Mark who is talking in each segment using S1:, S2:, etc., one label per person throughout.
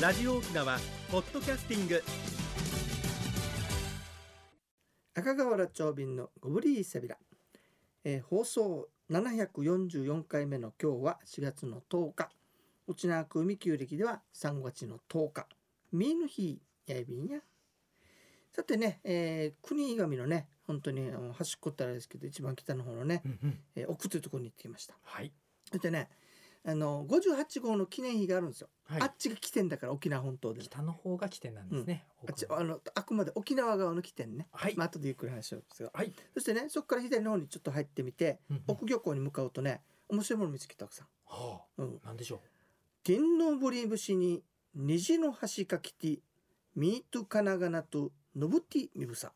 S1: ラジオ沖縄ポッドキャスティング
S2: 赤瓦町便のゴブリーセビラ、えー放送744回目の今日は4月の10日内縄区海旧暦では3月の10日ミーの日やいびんやさてね、えー国神のね本当にあの端っこってあれですけど一番北の方のね、えー奥というところに行ってきました
S1: はい
S2: そしてねあの58号の記念碑があるんですよ、
S3: はい
S2: あっちが起点だから沖縄本島で
S3: 北の方が起点なんですね。
S2: あっち
S3: 奥の
S2: あのあくまで沖縄側の起点ね、
S3: はい
S2: まあ後でゆっくり話しようんですけど
S3: はい。
S2: そしてねそこから左の方にちょっと入ってみて
S3: うんうん
S2: 奥漁港に向かうとね面白いもの見つけたたくさん。
S3: は
S2: うん
S3: あ、なんでしょ
S2: 銀のぶり節に虹の橋かきてミートカナガナとのぶてみぶさ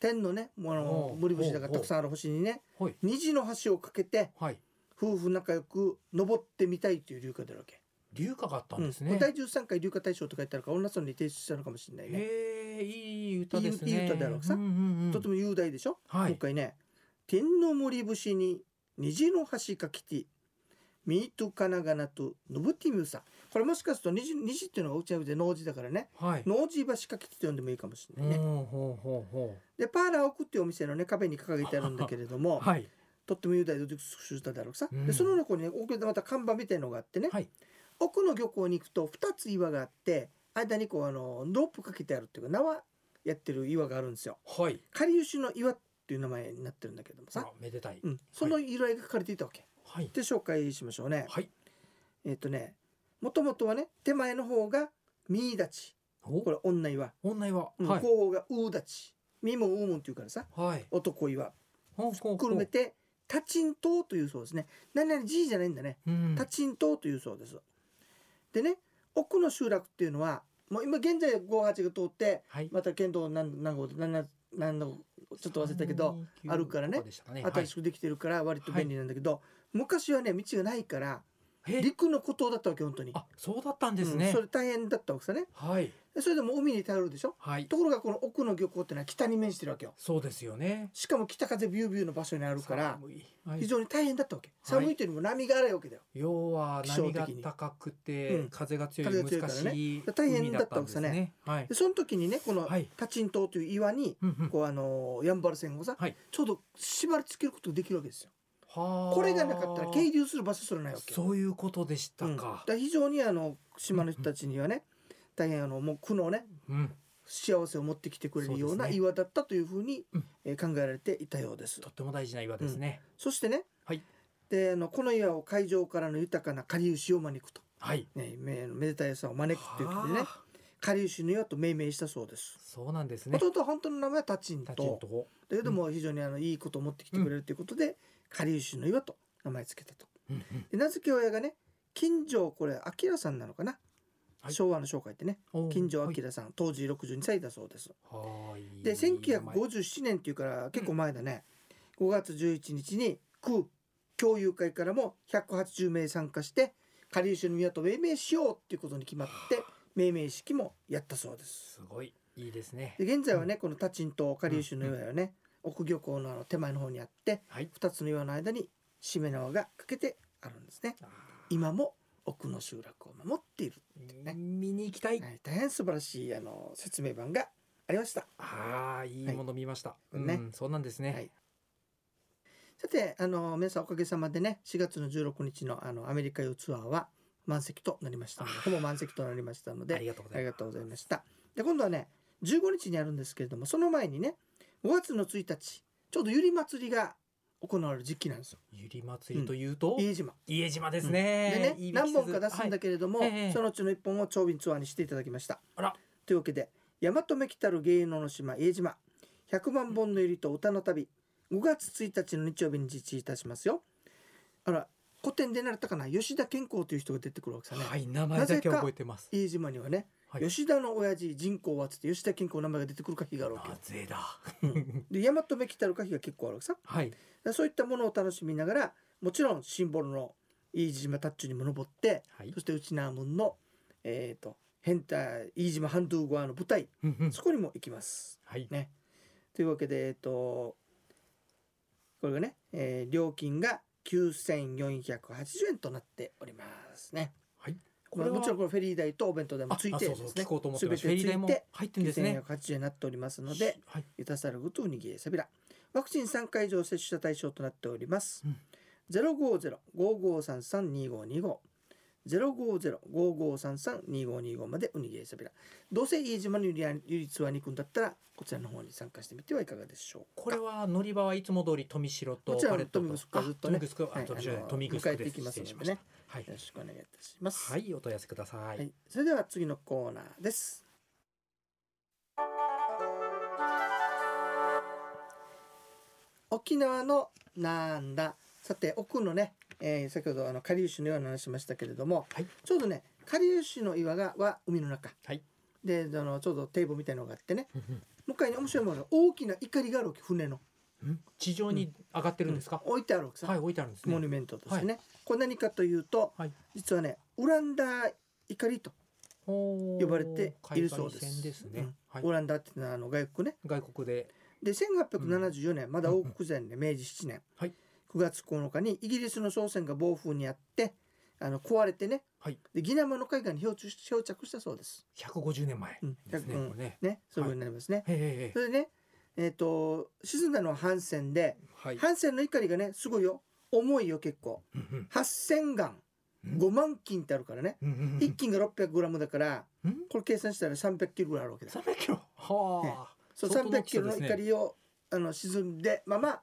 S2: 天のねも
S3: お
S2: の
S3: う
S2: ぶり節だから
S3: おう
S2: たくさんある星にね
S3: う。はい。
S2: 虹の橋をかけて
S3: はい。
S2: 夫婦仲良く登ってみたいという流歌であるわけ、
S3: 流化があったんです
S2: う
S3: ね
S2: ん。第13回流歌大賞と書いてあるから女村に提出したのかもしれないね、
S3: へえ、いい歌ですね。
S2: いいいい歌だろうさ
S3: んうんうん
S2: とても雄大でしょ
S3: はい
S2: 今。回ね「天の森節に虹の橋かきてミートカナガナとのぶてみうさ」これもしかすると虹虹っていうのがうちのうで農地だからね
S3: はい。
S2: 農地橋かきてと呼んでもいいかもしれないね。
S3: ほうほうほうほ
S2: でパーラー奥っていうお店のね壁に掲げてあるんだけれど
S3: う。
S2: も、
S3: はい。
S2: とっても雄大で美しい歌だろうさ、
S3: うん
S2: でその横にね奥でまた看板みたいのがあってね、
S3: はい
S2: 奥の漁港に行くと2つ岩があって間にこうあのロープかけてあるっていうか縄やってる岩があるんですよ。
S3: はい。
S2: かりゆしの岩っていう名前になってるんだけどもさ
S3: あ、めでたい。
S2: うん、その由来が書かれていたわけ。
S3: はい。
S2: で紹介しましょうね。
S3: はい。
S2: えっ、とね、もともとはね、手前の方がミーダチ、
S3: お
S2: こ、れ女岩、
S3: 女は。
S2: うん
S3: はい。
S2: 後方がウーダチ、ミもウーモンっていうからさ、
S3: はい。
S2: 男岩、
S3: ほうほうほ
S2: くるめ
S3: う。
S2: てタチントウというそうですね。何々 G じゃないんだね。
S3: うん
S2: タチントウというそうです。でね、奥の集落っていうのは、もう今現在58が通って、
S3: はい。
S2: また県道何何号何何のちょっと忘れたけど。あるからね
S3: そうでしたかね。は
S2: 新
S3: い
S2: し。くできてるから割と便利なんだけど、昔はね道がないから
S3: え、
S2: 陸の孤島だったわけ本当に
S3: あ、そうだったんですね
S2: うんそ。れ大変だったわけさね
S3: はい。
S2: それでもう海に頼るでしょ
S3: はい。
S2: ところがこの奥の漁港ってのは北に面してるわけよ
S3: そうですよね。
S2: しかも北風ビュービューの場所にあるから
S3: 寒い。はい
S2: 非常に大変だったわけ寒いというよりも波が荒いわけだよ
S3: 要は波が
S2: 気象的に
S3: 高く
S2: う
S3: て
S2: ん
S3: 風が強
S2: 風
S3: い
S2: が強いか
S3: 難
S2: らね
S3: しい
S2: 大変
S3: 海
S2: だ
S3: だ
S2: っ
S3: ったた
S2: わ
S3: ん
S2: け
S3: で
S2: さ
S3: す
S2: ね
S3: ね。はい
S2: で。その時にねこの
S3: はい
S2: タチン島という岩に
S3: うんうん
S2: こうあのーヤンバル船をさ
S3: はい
S2: ちょうど縛り付けることができるわけですよ
S3: はあ
S2: これがなかったら係留する場所すらないわけ
S3: そういうことでした
S2: うんだ
S3: か
S2: か。ら非常にあの島の人たちにはね大変あのもう苦悩ね
S3: うん。
S2: 幸せを持ってきてくれるよう
S3: そう
S2: な
S3: ですね
S2: 岩だったというふうに、
S3: うん
S2: えー考えられていたようです
S3: と。っても大事な岩ですね。
S2: そしてね、
S3: はい
S2: であのこの岩を海上からの豊かなかりゆしを招くと、
S3: はい。
S2: ね、めめでたいさを招くということでね
S3: はあ
S2: かりゆしの岩と命名したそうです。
S3: そうなんです
S2: も
S3: ね。
S2: ともと本当の名前はタチン
S3: タチン
S2: と
S3: とこ。
S2: だけども非常にあのいいことを持ってきてくれるということで、かりゆしの岩と名前つけたと。
S3: うんうん
S2: で名付け親がね金城これ明さんなのかな、
S3: はい
S2: 昭和の紹介ってね
S3: おー
S2: 金城明さん、当時62歳だそうです。
S3: はい。はい
S2: で1957年っていうから結構前だね、5月11日に区共有会からも180名参加してかりゆしの宮と命名しようっていうことに決まって命名式もやったそうです。
S3: すごいいいですね。
S2: で現在はねこのタチンとかりゆしの岩はね、奥漁港のあの手前の方にあって
S3: はい。
S2: 2つの岩の間にしめ縄がかけてあるんですね。
S3: あ
S2: 今も奥の集落を守っている、
S3: ー見に行きたい
S2: は。い、大変素晴らしいあの説明版がありました。
S3: ああいいもの見ました。
S2: は
S3: う
S2: いね
S3: ん。そうなんです
S2: は
S3: ね
S2: い。さて、あの、皆さんおかげさまでね、4月の16日のあのアメリカ用ツアーは満席となりましたので
S3: あー
S2: ほぼ満席となりましたの
S3: あ
S2: で、
S3: りがとうご
S2: あ
S3: ざい
S2: りが
S3: ます。
S2: とうございました。で、今度はね、15日にあるんですけれども、その前にね、5月の1日、ちょうどゆり祭りが行われる時期なんですよ。
S3: ゆり祭りというと
S2: 家島。
S3: 家島です
S2: で
S3: ね
S2: ね。、何本か出すんだ
S3: け
S2: けれども、
S3: はいええ
S2: そのうちの1本を長瓶ツアーにしていただきました。
S3: あら
S2: というわけで、大和目来たる芸能の島、家島、100万本のゆりと歌の旅、5月1日の日曜日に実施いたしますよ。あら、古典で習ったかな、吉田健康という人が出てくるわけさね。
S3: はい、名前だけは覚えてます。
S2: 家島にはね、
S3: はい
S2: 吉田の親父人口はつって吉田健康の名前が出てくる歌碑があるわけ
S3: な
S2: よ
S3: ぜだ。
S2: で大和目来たる歌碑が結構あるわけさ
S3: はい。
S2: そういったものを楽しみながらもちろんシンボルの飯島タッチにも登って
S3: はい
S2: そ。してウチナームンのえっ、と変態飯島ハンドゥーゴアの舞台そこにも行きます
S3: はい。
S2: ね。というわけで、えっと、これがね、えー料金が9480円となっておりますね。
S3: はい。これは
S2: まあもちろんこれフェリー代とお弁当代も
S3: あ
S2: ついて
S3: あ
S2: で
S3: そうそう
S2: す
S3: 聞
S2: ね
S3: こうと思って
S2: す
S3: ました
S2: べて
S3: フェ
S2: つ
S3: リー代
S2: い
S3: も
S2: て
S3: 入ってんですね
S2: 9180円になっておりますので
S3: はい
S2: ユタサルグとウニギエサビラワクチン3回以上接種者対象となっております、
S3: うん
S2: 050-5533-2525 050-5533-2525までウニギエサビラどうせ飯島にユリアユリツアに行くんだったらこちらの方に参加してみてはいかがでしょうか
S3: これは乗り場はいつも通り富城と
S2: こちらは
S3: パレットと
S2: 富城からずっとね
S3: あ富城
S2: はい
S3: あ富城じゃな
S2: あ
S3: い
S2: の
S3: 富城です
S2: 迎えていきますのでね
S3: 失礼しましたはい
S2: よろしくお願いいたします、
S3: はいお問い合わせください、
S2: はい、それでは次のコーナーです。沖縄のなんださて奥のね、えー先ほどあの下流種のような話しましたけれども、
S3: はい
S2: ちょうどね下流種の岩がは海の中、
S3: はい
S2: であのちょうど堤防みたいなのがあってね向かいに面白いものが大きな怒りがあるわけ船の
S3: ん地上に上がってるんですか、
S2: 置いてあるわけさ、
S3: はい置いてあるんです
S2: モニ
S3: ね
S2: ュメントとしてね、これ何かというと、
S3: はい
S2: 実はねオランダ怒りと
S3: 呼
S2: 呼ばれているそうです。
S3: ですね、
S2: うん
S3: はい
S2: オランダっていうのはあの外国ね。
S3: 外国で
S2: で1874年、まだ王国時代で、明治7年、
S3: はい
S2: 9月9日にイギリスの商船が暴風にあってあの壊れてね、
S3: はい
S2: でギナマの海岸に漂着し漂着したそうです。
S3: 150年前
S2: うん
S3: ですね、
S2: うん
S3: これね
S2: ねそういうことになりますね。
S3: へえ
S2: それでね、えー、と沈んだのはハンセンで、
S3: はい
S2: ハンセンの怒りがねすごいよ重いよ結構
S3: うん
S2: 8,000貫
S3: うん
S2: 5万斤ってあるからね、
S3: うんうん
S2: 1斤が 600g だから
S3: うん
S2: これ計算したら 300kg ぐらいあるわけだ。
S3: 300キロはあ、
S2: そう
S3: 相当
S2: 300
S3: 大
S2: キ
S3: きさ
S2: ロ
S3: で
S2: の
S3: すね
S2: 怒りを、あの沈んでまま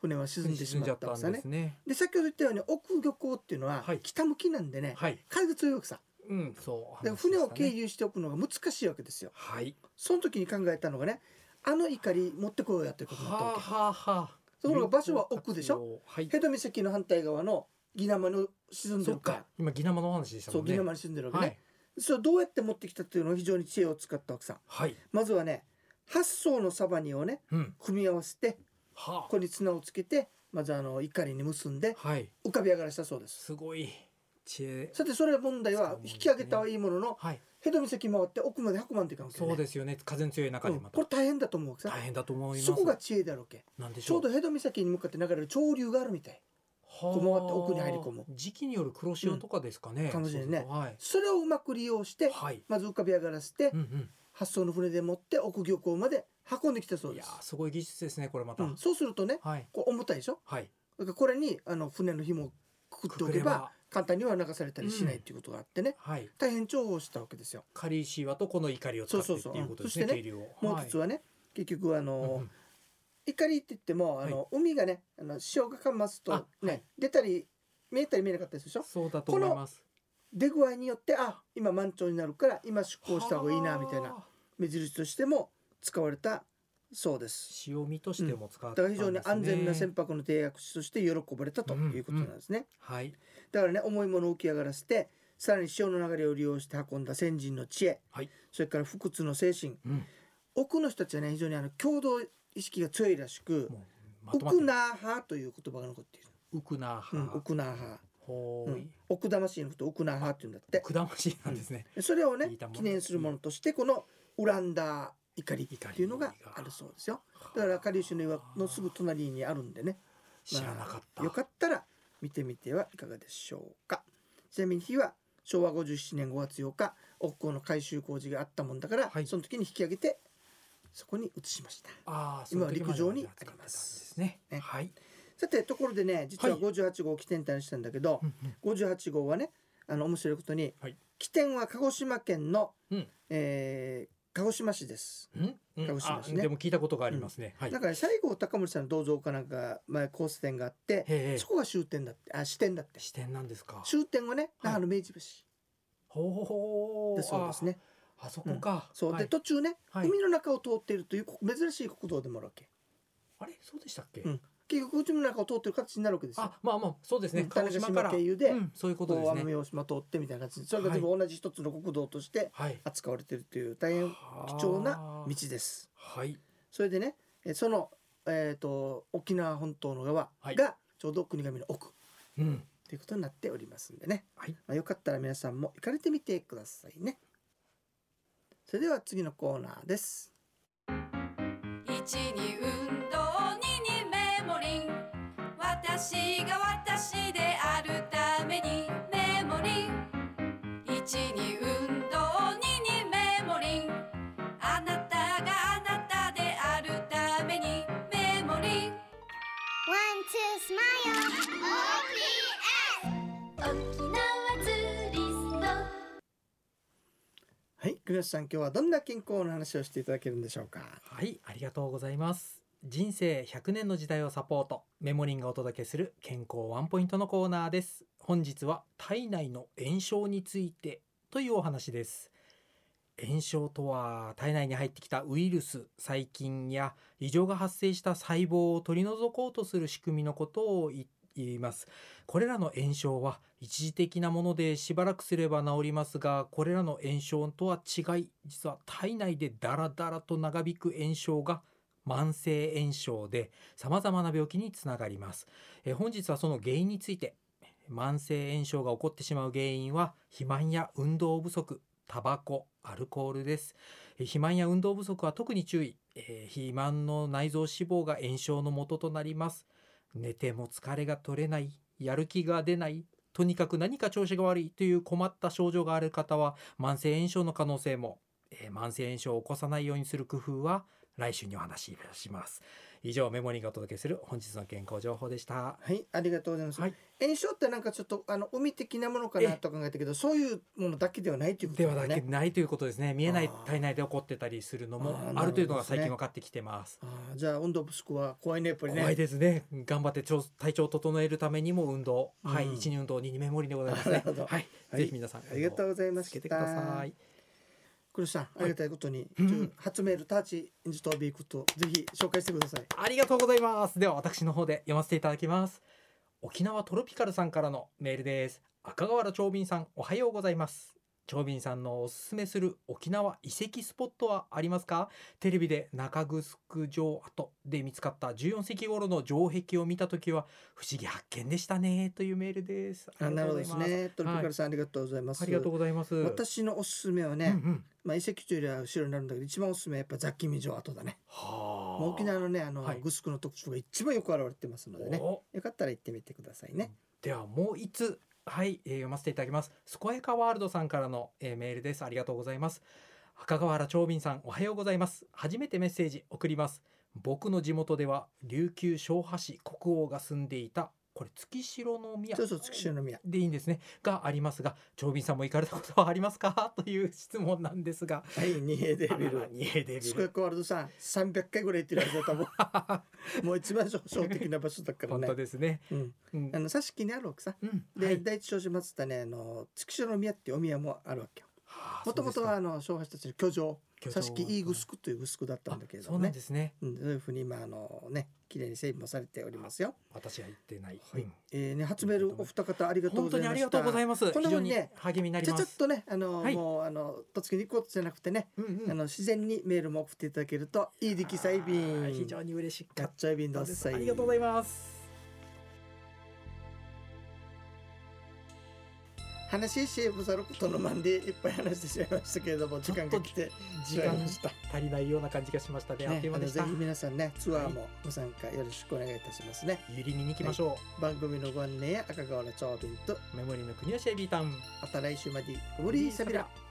S2: 船は沈んでしまったんですよね。で
S3: ね
S2: 先ほど言ったように奥漁港っていうのは
S3: はい
S2: 北向きなんでね、
S3: はい
S2: 風が強いわけさ
S3: うんそう
S2: だ
S3: 話で
S2: から
S3: し
S2: 船
S3: たね
S2: を経由しておくのが難しいわけですよ。
S3: はい
S2: その時に考えたのがねあの怒り持ってこようやということになったわ
S3: はあ
S2: け。
S3: はあはあ
S2: ところが場所は奥でしょ
S3: ょはい
S2: ヘド岬の反対側のギナマの沈んで
S3: そ
S2: る
S3: っ
S2: か
S3: か今ギナマのお話でした
S2: そう
S3: もんね
S2: ギナマに沈んでるわけ
S3: は
S2: ね、
S3: い
S2: それをどうやって持ってきたっていうのを非常に知恵を使ったわけさ
S3: はい
S2: まずはね8層のサバニをね
S3: うん
S2: 組み合わせて
S3: は
S2: ここに綱をつけてまずあの怒りに結んで
S3: あはい
S2: 浮かび上がらしたそうです
S3: すごい知恵
S2: さてそれ問題は
S3: そうですね
S2: 引き上げたはいいものの
S3: はい
S2: ヘド岬回って奥まで運ばんといかんわけね
S3: そうですよね風の強い中
S2: う
S3: で
S2: ん
S3: ま
S2: こ
S3: た
S2: れ大変だと思うわけさ
S3: 大変だと思います
S2: そこが知恵だろうけ
S3: なんでし
S2: ち
S3: ょ
S2: ょう
S3: う
S2: どヘド岬に向かって流れる潮流があるみたい
S3: はあ
S2: こう回って奥に入り込む
S3: 時期による黒潮とかですかね、
S2: んかもしれないね
S3: そうそうはい
S2: それをうまく利用して
S3: はい
S2: まず浮かび上がらせて
S3: うんうん
S2: 発送の船で持って奥漁港まで運んできたそう
S3: い
S2: で
S3: や
S2: す
S3: ーすごい技術ですねこれまた、
S2: うんそうするとね
S3: はい
S2: こう重たいでしょ
S3: はい
S2: だからこれにあの船の紐をくくっておけば簡単には流されたりしないっていうことがあってね
S3: はい
S2: 大変重宝したわけですよ
S3: カリーシーワとこの怒りを使って
S2: そう
S3: っ
S2: そうそう
S3: ていうことですね
S2: うんそしてね
S3: 渓流を
S2: もう一つはね、結局あ
S3: い
S2: の、
S3: うんうん
S2: 怒りって言ってもあの、海がねあの潮がかますと
S3: あ
S2: ね、
S3: はい
S2: 出たり見えたり見えなかったりするでしょ
S3: そうだと思います
S2: 出具合によってあ今満潮になるから今出航した方がいいなみたいな
S3: はあ
S2: 目印としても使われたそうです
S3: 潮見としても使っ
S2: だ
S3: たん
S2: から
S3: で
S2: 非
S3: すね
S2: 常に安全な船舶の定約地として喜ばれたということなんですね、
S3: はい
S2: だからね重いものを浮き上がらせてさらに潮の流れを利用して運んだ先人の知恵、
S3: はい
S2: それから不屈の精神
S3: うん
S2: 奥の人たちはね非常にあの共同意識が強いらしく
S3: もうま
S2: 奥
S3: とまってる
S2: ナーハという言葉が残っている。
S3: ウクナー
S2: うん、
S3: ハ
S2: 奥ナーハ
S3: ほ
S2: う
S3: ー
S2: ん
S3: い、
S2: 奥魂のこと奥ナーハって言うんだって。
S3: くだましなんですね
S2: それをね
S3: 聞いたもん
S2: 記念するものとしてこのオランダ怒りっていうのがあるそうですよ。だからカリウシの岩のすぐ隣にあるんでね。
S3: 知らなかった
S2: よかったら見てみてはいかがでしょうか。ちなみに日は昭和57年5月8日奥港の改修工事があったもんだから、
S3: はい
S2: その時に引き上げてそこに移しました。
S3: ああ
S2: 今は
S3: その時まで
S2: 陸上にあります
S3: 使ってたんですね
S2: ね
S3: はい
S2: さてところでね実は
S3: はい
S2: 58号を起点隊にしたんだけど、
S3: うんうん
S2: 58号はねあの面白いことに、
S3: はい
S2: 起点は鹿児島県の、
S3: うん
S2: えー鹿児島市です。
S3: うんうん
S2: 鹿児島市ね
S3: あでも聞いたことがありますね、はい
S2: だから西郷隆盛さんの銅像かなんか前交差点があって
S3: へえ
S2: そこが終点だってあ支店だって
S3: 視点なんですか
S2: 終点はね那
S3: はい
S2: 覇の明治橋
S3: ほほ
S2: だそうですね、
S3: ああそこか、
S2: そうで、
S3: はい
S2: 途中ね、
S3: はい
S2: 海の中を通っているというこ珍しい国道でもあるわけ
S3: あれそうでしたっけ、
S2: うん結局海の中を通っている形になるわけですよ
S3: あまあまあそうですね、
S2: うん
S3: 鹿児島から
S2: 種子島経由で
S3: うん、そういうこと
S2: こ
S3: で
S2: う
S3: す
S2: 奄
S3: ね
S2: 美大島通ってみたいな感じでそれが全部同じ一つの国道として
S3: はい
S2: 扱われているという大変貴重な道です
S3: はい
S2: それでねえその、えー、と沖縄本島の側
S3: はい
S2: がちょうど国頭の奥
S3: うん
S2: ということになっておりますんでね、
S3: はい
S2: まあ、よかったら皆さんも行かれてみてくださいねそれでは次のコーナーです
S4: 一に運動二にメモリン私が私であるためにメモリン一
S2: 国吉さん今日はどんな健康の話をしていただけるんでしょうか
S3: はい、ありがとうございます。人生100年の時代をサポート、メモリンがお届けする健康ワンポイントのコーナーです。本日は体内の炎症についてというお話です。炎症とは体内に入ってきたウイルス、細菌や異常が発生した細胞を取り除こうとする仕組みのことをい言います。これらの炎症は一時的なものでしばらくすれば治りますがこれらの炎症とは違い実は体内でダラダラと長引く炎症が慢性炎症で様々な病気につながります、えー本日はその原因について慢性炎症が起こってしまう原因は肥満や運動不足タバコアルコールですえー肥満や運動不足は特に注意、えー肥満の内臓脂肪が炎症の元となります寝ても疲れが取れないやる気が出ないとにかく何か調子が悪いという困った症状がある方は慢性炎症の可能性も、えー慢性炎症を起こさないようにする工夫は来週にお話しいたします以上メモリーがお届けする本日の健康情報でした
S2: はいありがとうございます、
S3: はい
S2: 炎症ってなんかちょっとあの海的なものかなと考えたけどそういうものだけではないということ
S3: ではだけ
S2: ね
S3: ないということですね見えない
S2: あー
S3: 体内で起こってたりするのも
S2: あーな
S3: ある
S2: るほどですね
S3: というのが最近分かってきてます
S2: あーじゃあ運動不足は怖いねやっぱりね
S3: 怖いですね頑張って調体調を整えるためにも運動、は
S2: うん
S3: い一に運動二にメモリーでございますね
S2: なるほど
S3: はい、
S2: はい
S3: ぜひ皆さん
S2: ありがとうござい
S3: 運動
S2: ま
S3: を
S2: し
S3: つ
S2: た
S3: けてください
S2: 黒さんありがたいことに、
S3: うん
S2: ちょ初メールターチエンジトービークとぜひ紹介してください
S3: ありがとうございます。では私の方で読ませていただきます。沖縄トロピカルさんからのメールです。赤瓦長瓶さん、おはようございます。長瓶さんのおすすめする沖縄遺跡スポットはありますかテレビで中城城跡で見つかった14世紀頃の城壁を見たときは不思議発見でしたねというメールです。
S2: あなるほど
S3: あり
S2: で
S3: がとうございます。
S2: すねトリプカルさん、ありがとうございます
S3: ありがとうございます。
S2: 私のおすすめはね、
S3: うんうん
S2: まあ遺跡というよりは後ろになるんだけど一番おすすめはやっぱ雑記未城跡だね
S3: はあ。
S2: もう沖縄のねあの、
S3: はい
S2: グスクの特徴が一番よく表れてますのでね
S3: お
S2: よかったら行ってみてくださいね、
S3: ではもう一つはい、えー読ませていただきます健やかワールドさんからの、えーメールですありがとうございます赤川原長敏さんおはようございます初めてメッセージ送ります僕の地元では琉球昭和市国王が住んでいたこれ月城の宮
S2: そうそう月城宮
S3: でいいんですねがありますが長敏さんも行かれたことはありますかという質問なんですが
S2: はい二平デ
S3: あ
S2: ビ
S3: らら
S2: ル
S3: にえデビ
S2: スクエ
S3: ル
S2: アワールドさん300回ぐらい行ってるはずだと思うもう一番 象徴的な場所だから
S3: 本
S2: ね
S3: 当ですね
S2: うん、
S3: うん
S2: あの佐敷にある奥さん
S3: うん
S2: で、
S3: はい
S2: 第一少子松ってねあの築城の宮っていうお宮もあるわけよ
S3: はあ
S2: もともとはあの昭和たちの居城
S3: そうですか
S2: 佐敷イーグスクというグスクだったんだけれ
S3: あ
S2: ど
S3: そう
S2: も
S3: な
S2: ね
S3: んですね
S2: うんそういうふうに今あのね綺麗に整備もされておりますよ。
S3: 私は行ってない、
S2: はい
S3: うん
S2: えー、ね初メールお二方ありがとうご
S3: 本当
S2: ざい
S3: にあ
S2: ま
S3: り
S2: し
S3: がと
S2: た。
S3: うございます。
S2: こん
S3: 非
S2: なふう
S3: 常
S2: に
S3: に
S2: ね
S3: 励みになり
S2: じゃあ
S3: ま
S2: ちょっ
S3: す。
S2: とねあの、
S3: はい
S2: もうあのとっつきに行くことじゃなくてね、
S3: うんうん
S2: あの自然にメールも送っていただけるといい出来細
S3: あー
S2: 便
S3: 非。常に嬉しか
S2: ガ
S3: っ
S2: ッチャイビン
S3: た
S2: ダッ
S3: です。
S2: サイ。
S3: ありがとうございます。
S2: 話ししぶさることのまんでいっぱい話してしまいましたけれども時間が来て
S3: 時
S2: しま
S3: 間
S2: いました。
S3: 足りないような感じがしましたね。あっ
S2: ね
S3: という
S2: あ
S3: 間
S2: の
S3: でし
S2: ぜ
S3: た
S2: ひ。皆さんねツアーもご参加よろしくお願いいたしますね。
S3: ゆりみに行きましょ
S2: 番組のご案内や赤川の長瓶と
S3: う。メモリーの国吉エビータウン。
S2: また来週までご無理さびら。